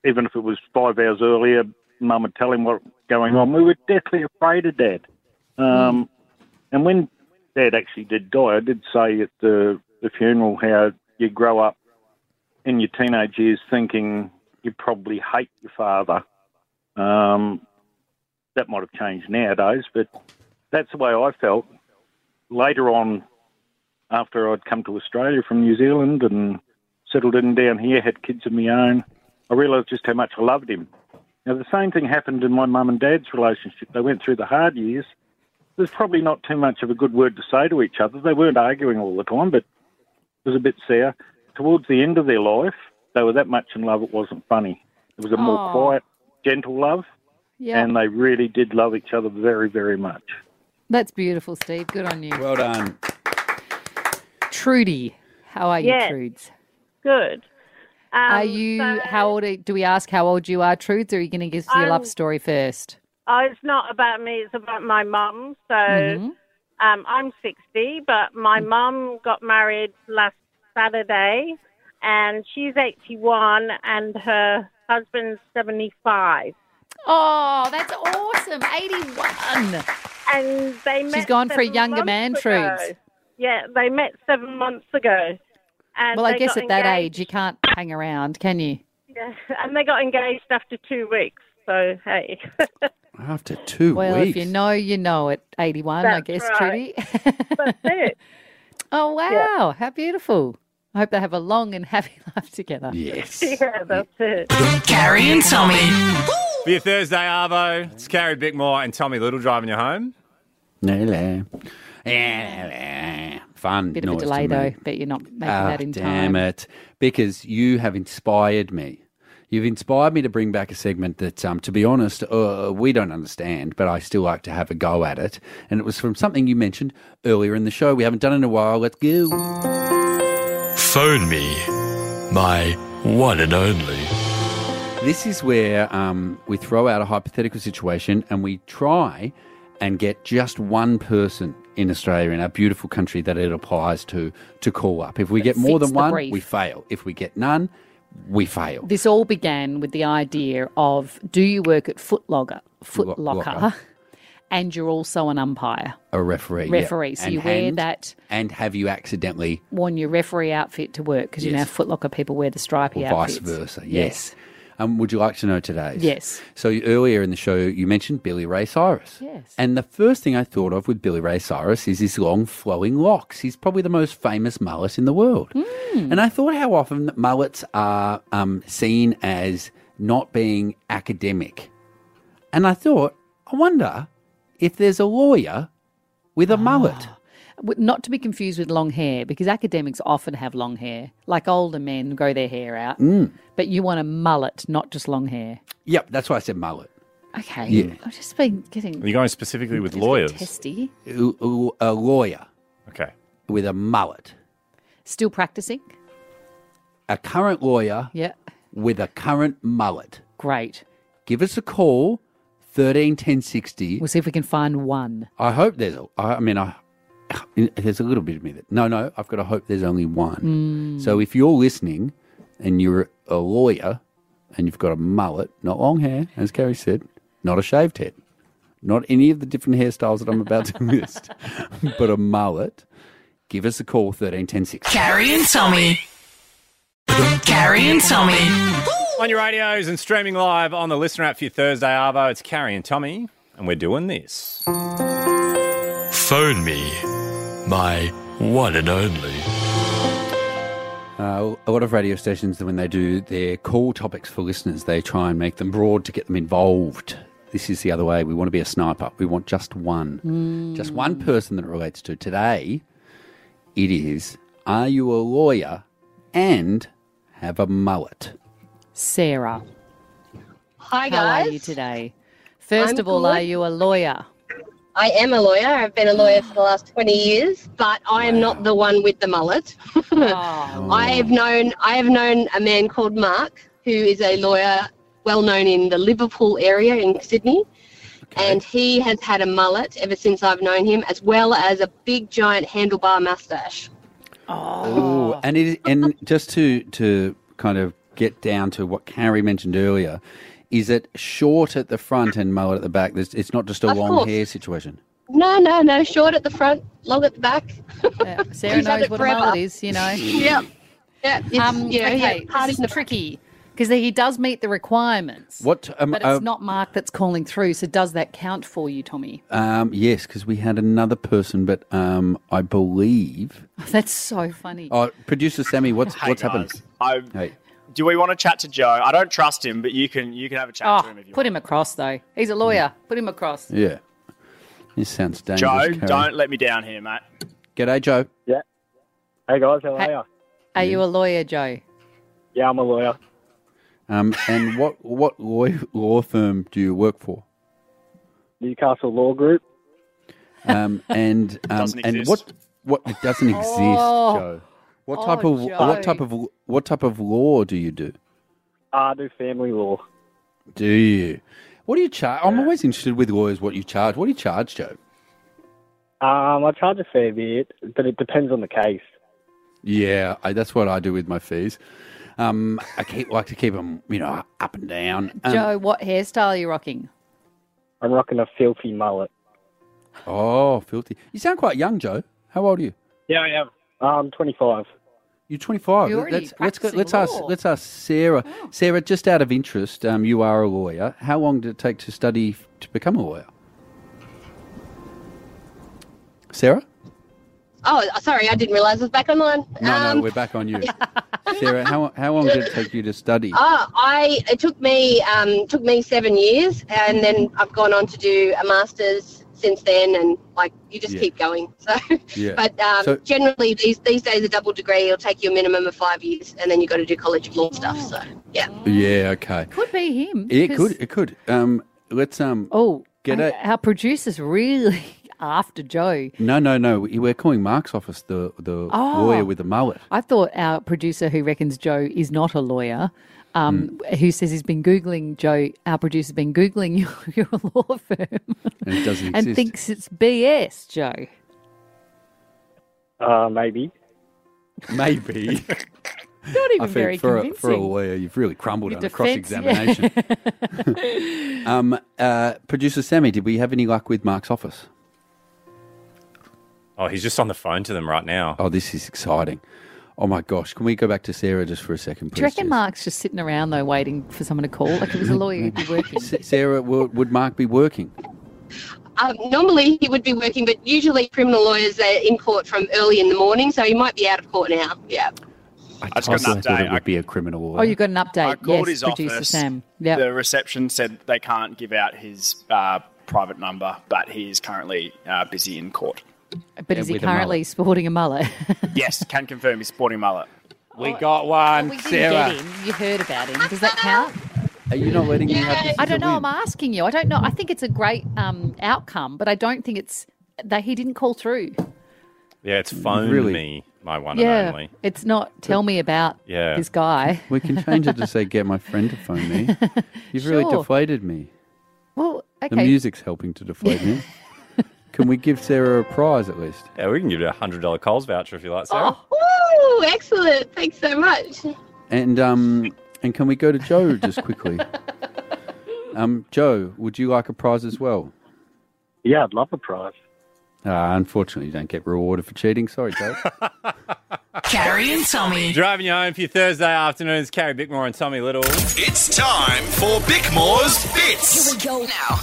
even if it was five hours earlier. Mum would tell him what was going on. We were deathly afraid of Dad. Um, And when Dad actually did die, I did say at the, the funeral how you grow up in your teenage years thinking you probably hate your father. Um, that might have changed nowadays, but that's the way I felt. Later on, after I'd come to Australia from New Zealand and settled in down here, had kids of my own. I realised just how much I loved him. Now, the same thing happened in my mum and dad's relationship. They went through the hard years. There's probably not too much of a good word to say to each other. They weren't arguing all the time, but it was a bit sour. Towards the end of their life, they were that much in love it wasn't funny. It was a more Aw. quiet, gentle love, Yeah. and they really did love each other very, very much. That's beautiful, Steve. Good on you. Well done. Trudy, how are you, Yes. Trudes? Good. Um, are you, how old, are, do we ask how old you are, Trudes, or are you going to give us your I'm- love story first? Oh, it's not about me. It's about my mum. So Mhm. um, I'm 60, but my Mm. mum got married last Saturday, and she's 81, and her husband's 75. Oh, that's awesome. 81. And they met. She's gone for a seven younger months man, ago. Trudes. Yeah, they met seven months ago. And Well, I they guess got at that engaged- age, you can't hang around, can you? Yeah, and they got engaged after two weeks. So hey, After two well, weeks. if you know, you know at 81, I That's guess, right. Trudy. that's it. Oh, wow. How beautiful. I hope they have a long and happy life together. Yes. Yeah, that's it. Carrie and Tommy. For your Thursday Arvo, it's Carrie Bickmore and Tommy Little driving you home. No, no. Fun. Bit of a noise to delay, me. though. Bet you're not making Ah, that in damn time. it. Because you have inspired me. You've inspired me to bring back a segment that, um, to be honest, uh, we don't understand, but I still like to have a go at it. And it was from something you mentioned earlier in the show. We haven't done it in a while. Let's go. Phone me, my one and only. This is where um, we throw out a hypothetical situation and we try and get just one person in Australia, in our beautiful country that it applies to, to call up. If we get more fits than the one, brief. we fail. If we get none, we fail. This all began with the idea of do you work at Footlogger, Lo- Foot locker. Locker, and you're also an umpire, A referee. yeah. referee? So And you wear hand- that, And have you accidentally, worn your referee outfit to work because you know Yes. Foot Locker people wear the stripy or vice outfits. versa? Yes. Um, would you like to know today's? Yes. So you- earlier in the show, you mentioned Billy Ray Cyrus. Yes. And the first thing I thought of with Billy Ray Cyrus is his long flowing locks. He's probably the most famous mullet in the world. Hmm. And I thought how often mullets are um, seen as not being academic. And I thought, I wonder if there's a lawyer with Ah. a mullet. W- Not to be confused with long hair because academics often have long hair, like older men grow their hair out. Mm. But you want a mullet, not just long hair. Yep, that's why I said mullet. Okay. Yeah. I've just been getting Are you going specifically with It's a bit lawyers? testy. A- A a lawyer. Okay. With a mullet. Still practicing? A current lawyer Yeah. with a current mullet. Great. Give us a call, 13 10 60. We'll see if we can find one. I hope there's, a, I I mean, I, there's a little bit of me that, no, no, I've got to hope there's only Mm, one. So if you're listening and you're a lawyer and you've got a mullet, not long hair, as Carrie said, not a shaved head, not any of the different hairstyles that I'm about to list, but a mullet, give us a call, 13 10 60. Carrie and Tommy. Carrie and Tommy. On your radios and streaming live on the listener app for your Thursday Arvo, it's Carrie and Tommy, and we're doing this. Phone me, my one and only. Uh, a lot of radio stations, when they do their call topics for listeners, they try and make them broad to get them involved. This is the other way. We want to be a sniper. We want just one, just one person that it relates to. Today, it is: Are you a lawyer and have a mullet? Sarah. Hi How guys. are you today? 1st I'm of all, good. are you a lawyer? I am a lawyer. I've been a lawyer for the last 20 years, but I am not the one with the mullet. Oh. I have known I have known a man called Mark who is a lawyer well known in the Liverpool area in Sydney. And he has had a mullet ever since I've known him, as well as a big giant handlebar mustache. Oh, and it, and just to to kind of get down to what Carrie mentioned earlier, is it short at the front and mullet at the back? There's, it's not just a Of long course. hair situation. No, no, no, short at the front, long at the back. Sarah He's had knows it what a forever. mullet is, you know. Yep. Yeah, it's, Um, you know, yeah, okay, part this in is tricky. Because he does meet the requirements. What? Um, but it's uh, not Mark that's calling through. So does that count for you, Tommy? Um, yes, because we had another person, but um, I believe. That's so funny. Oh, producer Sammy, what's Hey, what's guys. happened? I, Hey. Do we want to chat to Joe? I don't trust him, but you can you can have a chat to Oh, him if you put him across, though. He's a lawyer. Put him across. Yeah, this sounds dangerous. Joe, Carrie. don't let me down here, mate. G'day, Joe. Yeah. Hey guys, how Hey. are Are you a lawyer, Joe? you? Yeah, I'm a lawyer. Um, and what what law, law firm do you work for? Newcastle Law Group. Um, and um, Doesn't and exist. what what it doesn't exist, Oh. Joe. What Oh, type of Joe. what type of what type of law do you do? I do family law. Do you? What do you charge? I'm always interested with lawyers. What you charge? What do you charge, Joe? Um, I charge a fair bit, but it depends on the case. Yeah, I, that's what I do with my fees. Um, I keep like to keep them, you know, up and down. Um, Joe, what hairstyle are you rocking? I'm rocking a filthy mullet. Oh, filthy! You sound quite young, Joe. How old are you? Yeah, I am. I'm 25. You're 25. You're already let's let's go, practicing let's ask law. let's ask Sarah. Sarah, just out of interest, um, you are a lawyer. How long did it take to study f- to become a lawyer? Sarah? Oh, sorry, I didn't realise I was back online. No, um, no, we're back on you. Sarah, how how long did it take you to study? Oh, I it took me um, took me seven years, and then I've gone on to do a master's since then, and like you just Yeah. keep going. So, Yeah. but um, So- generally these these days a double degree will take you a minimum of five years, and then you got to do college of law stuff. So yeah, yeah, okay. Could be him. It 'cause- could it could. Um, let's um. Oh, get our- it. Our producer's really after Joe. No, no, no. we- We're calling Mark's office the the Oh. lawyer with the mullet. I thought our producer, who reckons Joe is not a lawyer, um, Hmm. who says he's been Googling Joe, our producer's been Googling your, your law firm And it doesn't and exist. thinks it's BS, Joe. Uh, maybe. Maybe. Not even I think very for A, convincing. for a lawyer, you've really crumbled Your under cross defence, yeah. examination. um, uh, Producer Sammy, did we have any luck with Mark's office? Oh, he's just on the phone to them right now. Oh, this is exciting. Oh my gosh, can we go back to Sarah just for a second, Do you please? reckon Mark's just sitting around though, waiting for someone to call? Like if it was a lawyer, he'd be working. S- Sarah, would, would Mark be working? um, normally he would be working, but usually criminal lawyers are in court from early in the morning, so he might be out of court now. Yeah. I, just got an also thought update. it would be a criminal lawyer. Oh, you got an update? I called yes, his producer office. Sam. Yep. The reception said they can't give out his uh, private number, but he is currently uh, busy in court. But Yeah, is he with a mullet. currently sporting a mullet? yes, can confirm he's sporting mullet. We got one, We didn't get him. You heard about him. Does that count? Are you not letting me have this? I as a don't know. I'm win? asking you. I don't know. I think it's a great um, outcome, but I don't think it's that he didn't call through. Yeah, it's phone Really? me, my one and yeah, only. it's not. Tell me about Yeah. Oh, this guy. We can change it to say, get my friend to phone me. You've really Sure. deflated me. Well, okay. The music's helping to deflate me. Can we give Sarah a prize at least? Yeah, we can give you a hundred dollar Coles voucher if you like, Sarah. Woo! Oh, Excellent. Thanks so much. And um, and can we go to Joe just quickly? um, Joe, would you like a prize as well? Yeah, I'd love a prize. Uh, unfortunately, you don't get rewarded for cheating. Sorry, Joe. Carrie and Tommy. Driving you home for your Thursday afternoons, Carrie Bickmore and Tommy Little. It's time for Bickmore's Bits. Here we go now.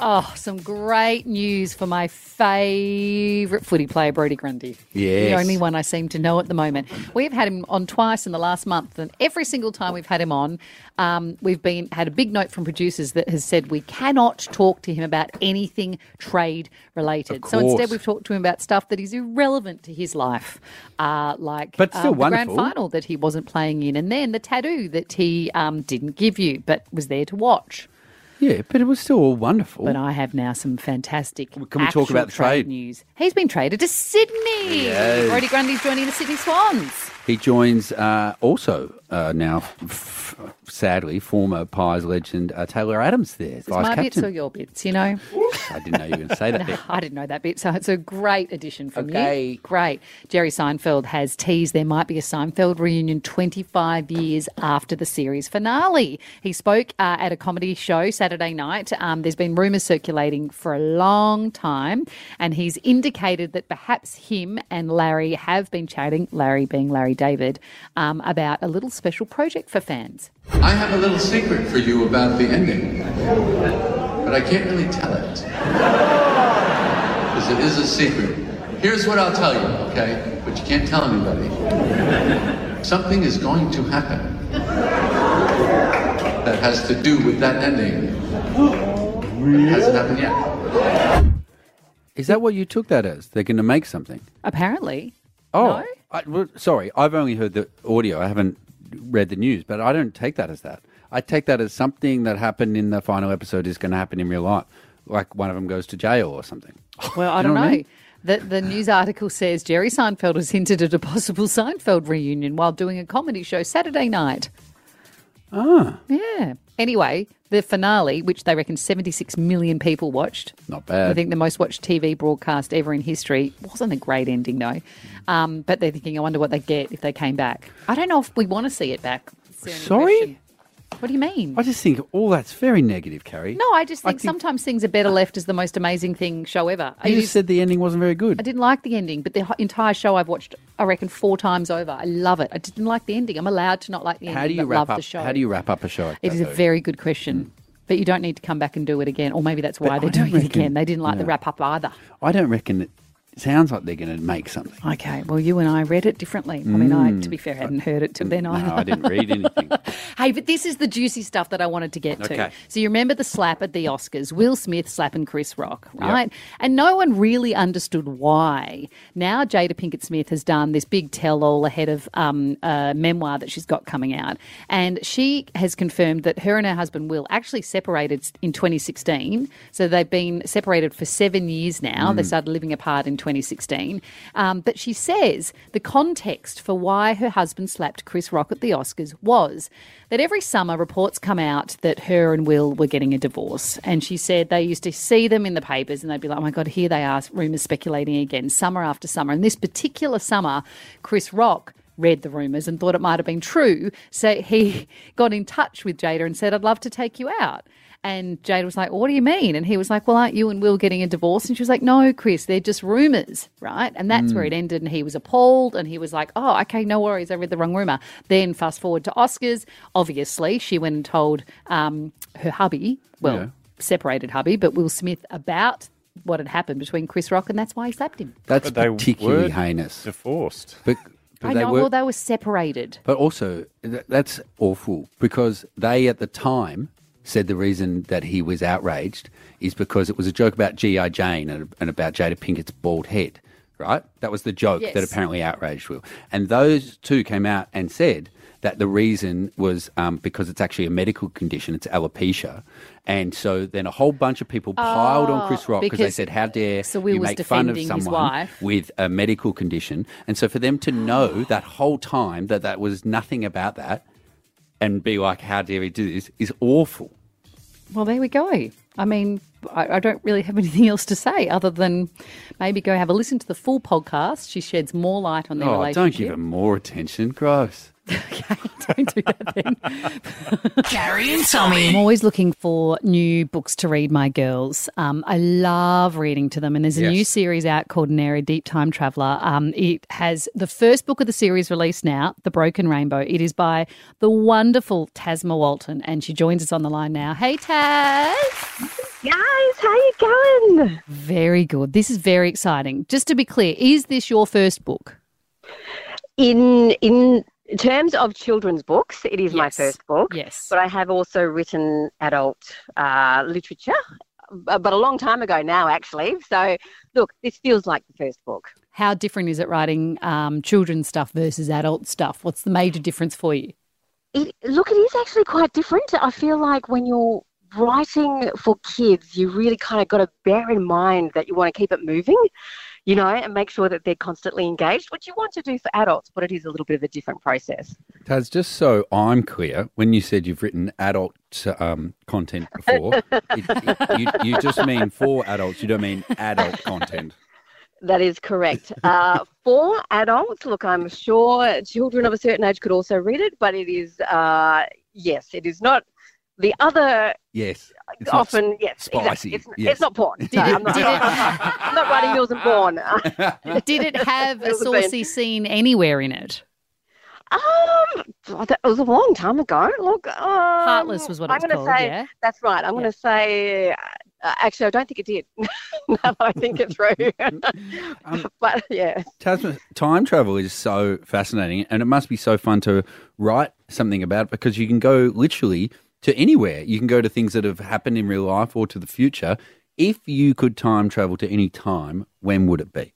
Oh, some great news for my favourite footy player, Brody Grundy. Yes. The only one I seem to know at the moment. We've had him on twice in the last month, and every single time we've had him on, um, we've been had a big note from producers that has said we cannot talk to him about anything trade related. Of So instead, course. we've talked to him about stuff that is irrelevant to his life, uh, like But still the grand wonderful. final that he wasn't playing in, and then the tattoo that he um, didn't give you but was there to watch. yeah, but it was still all wonderful. But I have now some fantastic. Can we talk actual about the trade? news? He's been traded to Sydney. Yes. Brody Grundy's joining the Sydney Swans. He joins uh, also uh, now, f- sadly, former Pies legend uh, Taylor Adams there, It's my vice bits or captain. your bits, you know. I didn't know you were going to say that. No, bit. I didn't know that bit, so it's a great addition from Okay. you. Great. Jerry Seinfeld has teased there might be a Seinfeld reunion 25 years after the series finale. He spoke uh, at a comedy show Saturday. Saturday night. Um, there's been rumours circulating for a long time, and he's indicated that perhaps him and Larry have been chatting, Larry being Larry David, um, about a little special project for fans. I have a little secret for you about the ending, but I can't really tell it. Because it is a secret. Here's what I'll tell you, okay? But you can't tell anybody. Something is going to happen that has to do with that ending. It hasn't happened yet. Is that what you took that as? They're going to make something. Apparently. Oh, I, well, sorry. I've only heard the audio. I haven't read the news, but I don't take that as that. I take that as something that happened in the final episode is going to happen in real life, like one of them goes to jail or something. Well, I Do don't you know know. what I mean? The, the news article says Jerry Seinfeld has hinted at a possible Seinfeld reunion while doing a comedy show Saturday night. Ah. Yeah. Anyway, the finale, which they reckon 76 million people watched. Not bad. I think the most watched TV broadcast ever in history. Wasn't a great ending, though. Um, but they're thinking, I wonder what they get if they came back. I don't know if we want to see it back. Sorry, What do you mean? I just think all that's very negative, Carrie. No, I just think, sometimes things are better left as the most amazing thing show ever. you It just is- said the ending wasn't very good. I didn't like the ending, but the h- entire show I've watched, I reckon, four times over. I love it. I didn't like the ending. I'm allowed to not like the ending. How do you but wrap love up? the show? How do you wrap up a show? Like It that, is a though? very good question, but you don't need to come back and do it again. Or maybe that's why But they're I doing don't it reckon- again. They didn't like the yeah. wrap up either. I don't reckon it sounds like they're going to make something. Okay, well, you and I read it differently. I mean, I, to Mm. be fair, hadn't heard it to then No, either. I didn't read anything. Hey, but this is the juicy stuff that I wanted to get to. Okay. So you remember the slap at the Oscars, Will Smith slapping Chris Rock, Yep. right? And no one really understood why. Now Jada Pinkett Smith has done this big tell-all ahead of um, a memoir that she's got coming out, and she has confirmed that her and her husband Will actually separated s- in 2016. So they've been separated for seven years now. They Mm. started living apart in 2016. Um, but she says the context for why her husband slapped Chris Rock at the Oscars was that every summer reports come out that her and Will were getting a divorce. And she said they used to see them in the papers and they'd be like, oh my God, here they are, rumors speculating again, summer after summer. And this particular summer, Chris Rock read the rumors and thought it might have been true. So he got in touch with Jada and said, I'd love to take you out. And Jada was like, What do you mean? And he was like, Well, aren't you and Will getting a divorce? And she was like, No, Chris, they're just rumors, right? And that's where Mm. it ended. And he was appalled and he was like, Oh, okay, no worries. I read the wrong rumor. Then fast forward to Oscars. Obviously, she went and told um, her hubby, well, Yeah. separated hubby, but Will Smith about what had happened between Chris Rock, and that's why he slapped him. That's But they particularly were heinous. Divorced. But, but I they know, were, well, they were separated. But also, th- that's awful because they at the time said the reason that he was outraged is because it was a joke about G.I. Jane and, and about Jada Pinkett's bald head, right? That was the joke that Yes. apparently outraged Will. And those two came out and said that the reason was um, because it's actually a medical condition, it's alopecia. And so then a whole bunch of people piled on Oh, Chris Rock because they because- said, How dare so Will you was make fun of defending his someone wife. with a medical condition. And so for them to know that whole time that that was nothing about that and be like, how dare he do this is awful. Well, there we go. I mean, I, I don't really have anything else to say other than maybe go have a listen to the full podcast. She sheds more light on their Oh, don't relationship. give him more attention. Gross. Carrie and Tommy. I'm always looking for new books to read, my girls. Um, I love reading to them, and there's a new Yes. series out called Nary Deep Time Traveller. Um, it has the first book of the series released now, The Broken Rainbow. It is by the wonderful Tasma Walton, and she joins us on the line now. Hey, Taz. Guys, how you going? Very good. This is very exciting. Just to be clear, is this your first book? In in terms of children's books, it is my Yes. first book. Yes. But I have also written adult uh, literature, bu- but a long time ago now, actually. So, look, this feels like the first book. How different is it writing um, children's stuff versus adult stuff? What's the major difference for you? It, look, it is actually quite different. I feel like when you're writing for kids, you really kind of got to bear in mind that you want to keep it moving, you know, and make sure that they're constantly engaged, which you want to do for adults, but it is a little bit of a different process. Taz, just so I'm clear, when you said you've written adult um, content before, it, it- you, you just mean for adults. You don't mean adult content. That is correct. Uh, for adults, look, I'm sure children of a certain age could also read it, but it is, uh, yes, it is not The other Yes. It's not often, s- yes, exactly. Spicy. It's, yes. it's not porn. Did No, it- I'm not, did it- I'm not writing Mills and Born. Did it have a Mills and Bourne. saucy scene anywhere in it? Um, that was a long time ago. Look, um, Heartless was what it I'm was gonna called, Say, yeah? That's right. I'm going to say. Uh, actually, I don't think it did. now that I think it through. Um, but yeah, Tasman, time travel is so fascinating, and it must be so fun to write something about it because you can go literally to anywhere. You can go to things that have happened in real life or to the future. If you could time travel to any time, when would it be?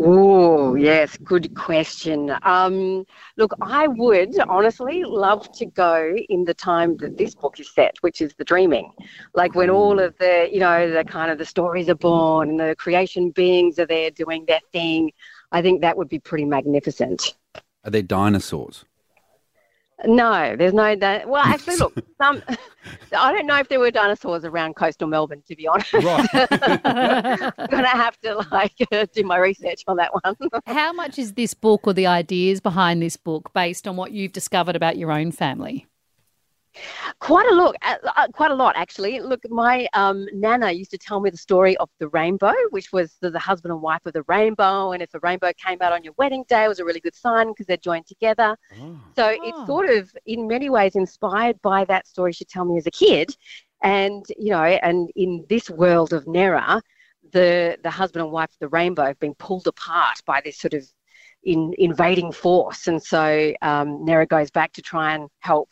Oh, yes, good question. Um, look, I would honestly love to go in the time that this book is set, which is the dreaming. Like when all of the, you know, the kind of the stories are born and the creation beings are there doing their thing. I think that would be pretty magnificent. Are there dinosaurs? No, there's no that. Well, actually, look, some, I don't know if there were dinosaurs around coastal Melbourne, to be honest. Right. I'm going to have to like do my research on that one. How much is this book or the ideas behind this book based on what you've discovered about your own family? Quite a look, uh, uh, quite a lot actually. Look, my um, nana used to tell me the story of the rainbow, which was the, the husband and wife of the rainbow, and if the rainbow came out on your wedding day, it was a really good sign because they're joined together. So it's sort of, in many ways, inspired by that story she told me as a kid, and you know, and in this world of Nera, the the husband and wife of the rainbow have been pulled apart by this sort of in, invading force, and so um, Nera goes back to try and help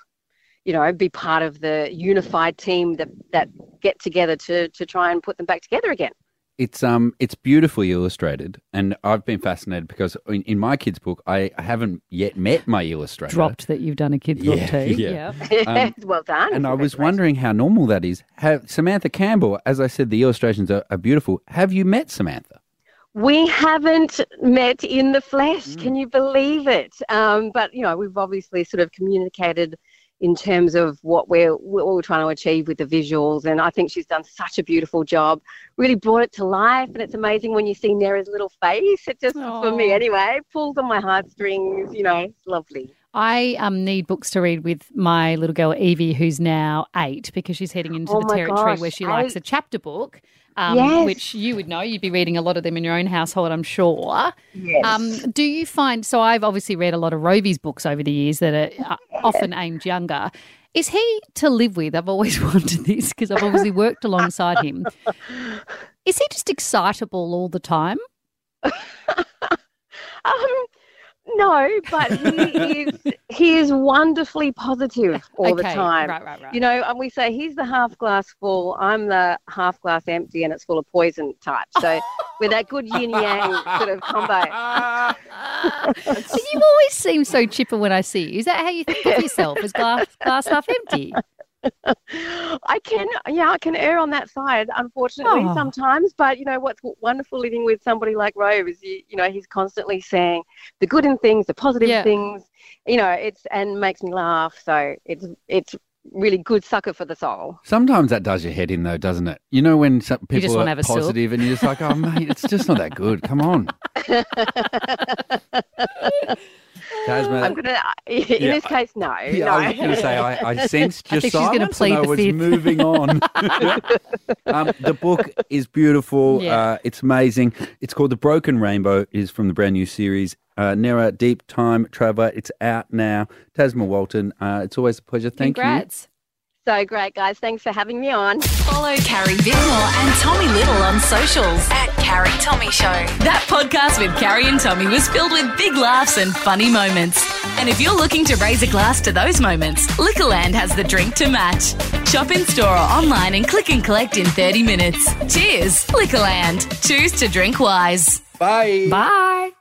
you know, be part of the unified team that, that get together to, to try and put them back together again. It's um, it's beautifully illustrated, and I've been fascinated because in, in my kid's book, I haven't yet met my illustrator. Dropped that you've done a kid's book Yeah, too. yeah. Um, well done. And I was wondering how normal that is. Have, Samantha Campbell, as I said, the illustrations are, are beautiful. Have you met Samantha? We haven't met in the flesh. Mm. Can you believe it? Um, but you know, we've obviously sort of communicated in terms of what we're what we're trying to achieve with the visuals, and I think she's done such a beautiful job. Really brought it to life, and it's amazing when you see Nera's little face. It just, for me Aw. anyway, pulls on my heartstrings. You know, it's lovely. I um, need books to read with my little girl Evie, who's now eight, because she's heading into Oh the my territory gosh, where she likes a eight. chapter book, um, Yes. which you would know. You'd be reading a lot of them in your own household, I'm sure. Yes. Um, do you find? So I've obviously read a lot of Rovy's books over the years that are uh, often aimed younger. Is he to live with? I've always wanted this because I've obviously worked alongside him. Is he just excitable all the time? Um, no, but he is he is wonderfully positive all the Okay, time. right, right, right. You know, and we say he's the half glass full, I'm the half glass empty, and it's full of poison type. So with that good yin yang sort of combo. So you always seem so chipper when I see you. Is that how you think of yourself? Is glass glass half empty? I can, yeah, I can err on that side, unfortunately, Oh. sometimes. But you know what's w- wonderful living with somebody like Rove is, you, you know, he's constantly saying the good in things, the positive Yeah. things. You know, it's and makes me laugh. So it's it's really good sucker for the soul. Sometimes that does your head in, though, doesn't it? You know when some You just people wanna are have a sip. positive and you're just like, oh, mate, it's just not that good. Come on. Tasman. I'm gonna, in Yeah, this I- case, no. Yeah, no. I was going to say, I, I sensed your think she's silence gonna plead and I the was fifth. moving on. um, the book is beautiful. Yeah. Uh, it's amazing. It's called The Broken Rainbow. It is from the brand new series, uh, Nera Deep Time Traveler. It's out now. Tasman Walton, uh, it's always a pleasure. Thank Congrats. So great, guys. Thanks for having me on. Follow Carrie Bickmore and Tommy Little on socials at Carrie Tommy Show. That podcast with Carrie and Tommy was filled with big laughs and funny moments. And if you're looking to raise a glass to those moments, Liquorland has the drink to match. Shop in store or online and click and collect in 30 minutes. Cheers, Liquorland. Choose to drink wise. Bye. Bye.